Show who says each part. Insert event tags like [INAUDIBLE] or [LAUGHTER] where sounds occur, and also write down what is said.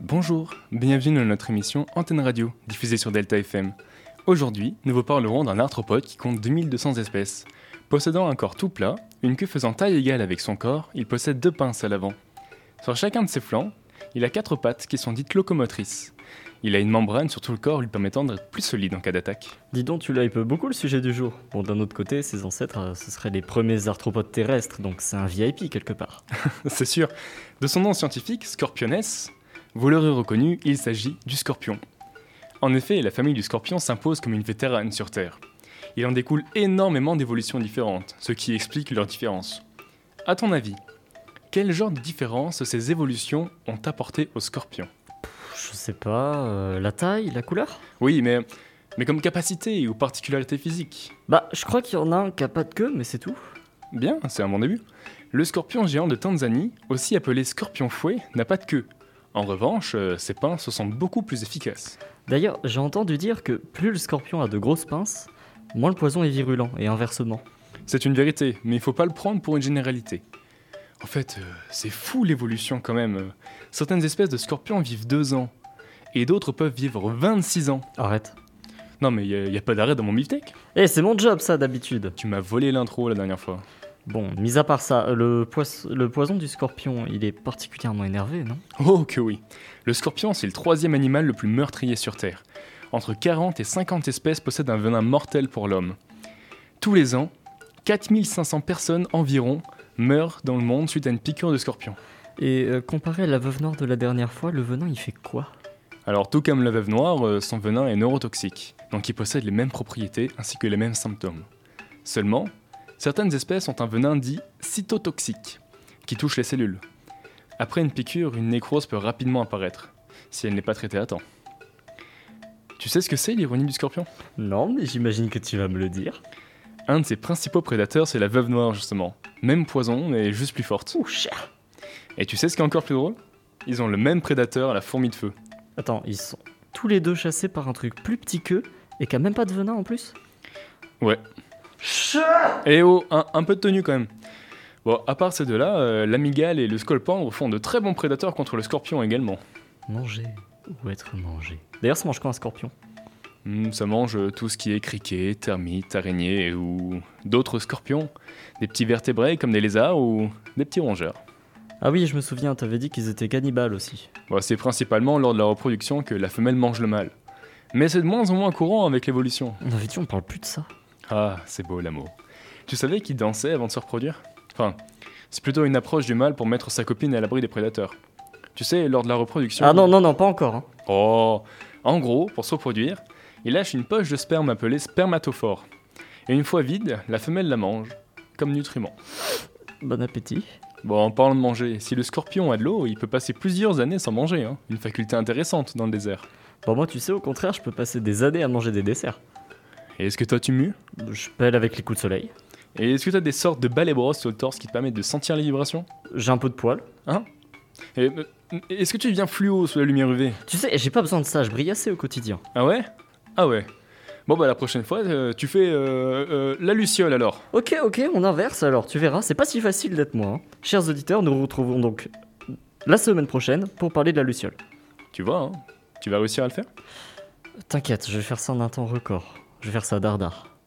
Speaker 1: Bonjour, bienvenue dans notre émission Antenne Radio, diffusée sur Delta FM. Aujourd'hui, nous vous parlerons d'un arthropode qui compte 2200 espèces. Possédant un corps tout plat, une queue faisant taille égale avec son corps, il possède deux pinces à l'avant. Sur chacun de ses flancs, il a quatre pattes qui sont dites locomotrices. Il a une membrane sur tout le corps lui permettant d'être plus solide en cas d'attaque.
Speaker 2: Dis donc, tu l'hypes beaucoup le sujet du jour. Bon, d'un autre côté, ses ancêtres, euh, ce seraient les premiers arthropodes terrestres, donc c'est un VIP quelque part.
Speaker 1: [LAUGHS] C'est sûr. De son nom scientifique, Scorpiones, vous l'aurez reconnu, il s'agit du scorpion. En effet, la famille du scorpion s'impose comme une vétérane sur Terre. Il en découle énormément d'évolutions différentes, ce qui explique leurs différences. À ton avis, quel genre de différence ces évolutions ont apporté au scorpion
Speaker 2: Je sais pas, euh, la taille, la couleur
Speaker 1: Oui, mais, mais comme capacité ou particularité physique
Speaker 2: Bah, je crois qu'il y en a un qui a pas de queue, mais c'est tout.
Speaker 1: Bien, c'est un bon début. Le scorpion géant de Tanzanie, aussi appelé scorpion fouet, n'a pas de queue. En revanche, euh, ses pinces sont beaucoup plus efficaces.
Speaker 2: D'ailleurs, j'ai entendu dire que plus le scorpion a de grosses pinces, moins le poison est virulent, et inversement.
Speaker 1: C'est une vérité, mais il faut pas le prendre pour une généralité. En fait, euh, c'est fou l'évolution quand même. Euh, Certaines espèces de scorpions vivent 2 ans, et d'autres peuvent vivre 26 ans.
Speaker 2: Arrête.
Speaker 1: Non mais il n'y a, pas d'arrêt dans mon bibliothèque.
Speaker 2: Eh, c'est mon job ça d'habitude.
Speaker 1: Tu m'as volé l'intro la dernière fois.
Speaker 2: Bon, mis à part ça, euh, le, pois- le poison du scorpion, il est particulièrement énervé, non
Speaker 1: Oh que oui Le scorpion, c'est le troisième animal le plus meurtrier sur Terre. Entre 40 et 50 espèces possèdent un venin mortel pour l'homme. Tous les ans, 4500 personnes environ meurent dans le monde suite à une piqûre de scorpion.
Speaker 2: Et euh, comparé à la veuve noire de la dernière fois, le venin il fait quoi
Speaker 1: Alors tout comme la veuve noire, euh, son venin est neurotoxique, donc il possède les mêmes propriétés ainsi que les mêmes symptômes. Seulement, certaines espèces ont un venin dit cytotoxique, qui touche les cellules. Après une piqûre, une nécrose peut rapidement apparaître, si elle n'est pas traitée à temps. Tu sais ce que c'est l'ironie du scorpion
Speaker 2: Non, mais j'imagine que tu vas me le dire.
Speaker 1: Un de ses principaux prédateurs, c'est la veuve noire justement. Même poison, mais juste plus forte.
Speaker 2: Ouh, cher
Speaker 1: Et tu sais ce qui est encore plus drôle Ils ont le même prédateur, la fourmi de feu.
Speaker 2: Attends, ils sont tous les deux chassés par un truc plus petit qu'eux et qui a même pas de venin en plus
Speaker 1: Ouais. Eh oh, un, un peu de tenue quand même. Bon, à part ces deux-là, euh, l'amigale et le scolpendre font de très bons prédateurs contre le scorpion également.
Speaker 2: Manger ou être mangé. D'ailleurs, ça mange quand un scorpion
Speaker 1: Hmm, ça mange euh, tout ce qui est criquet, termites, araignées ou d'autres scorpions, des petits vertébrés comme des lézards ou des petits rongeurs.
Speaker 2: Ah oui, je me souviens, t'avais dit qu'ils étaient cannibales aussi.
Speaker 1: Bon, c'est principalement lors de la reproduction que la femelle mange le mâle. Mais c'est de moins en moins courant avec l'évolution.
Speaker 2: On avait dit on parle plus de ça.
Speaker 1: Ah, c'est beau l'amour. Tu savais qu'il dansait avant de se reproduire Enfin, c'est plutôt une approche du mâle pour mettre sa copine à l'abri des prédateurs. Tu sais, lors de la reproduction.
Speaker 2: Ah non, non, non, pas encore. hein.
Speaker 1: Oh En gros, pour se reproduire, il lâche une poche de sperme appelée spermatophore. Et une fois vide, la femelle la mange, comme nutriment.
Speaker 2: Bon appétit.
Speaker 1: Bon, en parlant de manger, si le scorpion a de l'eau, il peut passer plusieurs années sans manger, hein. une faculté intéressante dans le désert.
Speaker 2: Bon, moi, tu sais, au contraire, je peux passer des années à manger des desserts.
Speaker 1: Et est-ce que toi tu mues
Speaker 2: Je pèle avec les coups de soleil.
Speaker 1: Et est-ce que t'as des sortes de balais brosses sur le torse qui te permettent de sentir les vibrations
Speaker 2: J'ai un peu de poils.
Speaker 1: Et euh, est-ce que tu deviens fluo sous la lumière UV
Speaker 2: Tu sais, j'ai pas besoin de ça, je brille assez au quotidien.
Speaker 1: Ah ouais Ah ouais. Bon bah la prochaine fois, euh, tu fais euh, euh, la luciole alors.
Speaker 2: Ok, ok, on inverse alors, tu verras, c'est pas si facile d'être moi. hein. Chers auditeurs, nous nous retrouvons donc la semaine prochaine pour parler de la Luciole.
Speaker 1: Tu vois, hein, tu vas réussir à le faire
Speaker 2: T'inquiète, je vais faire ça en un temps record. Je vais faire ça dardard.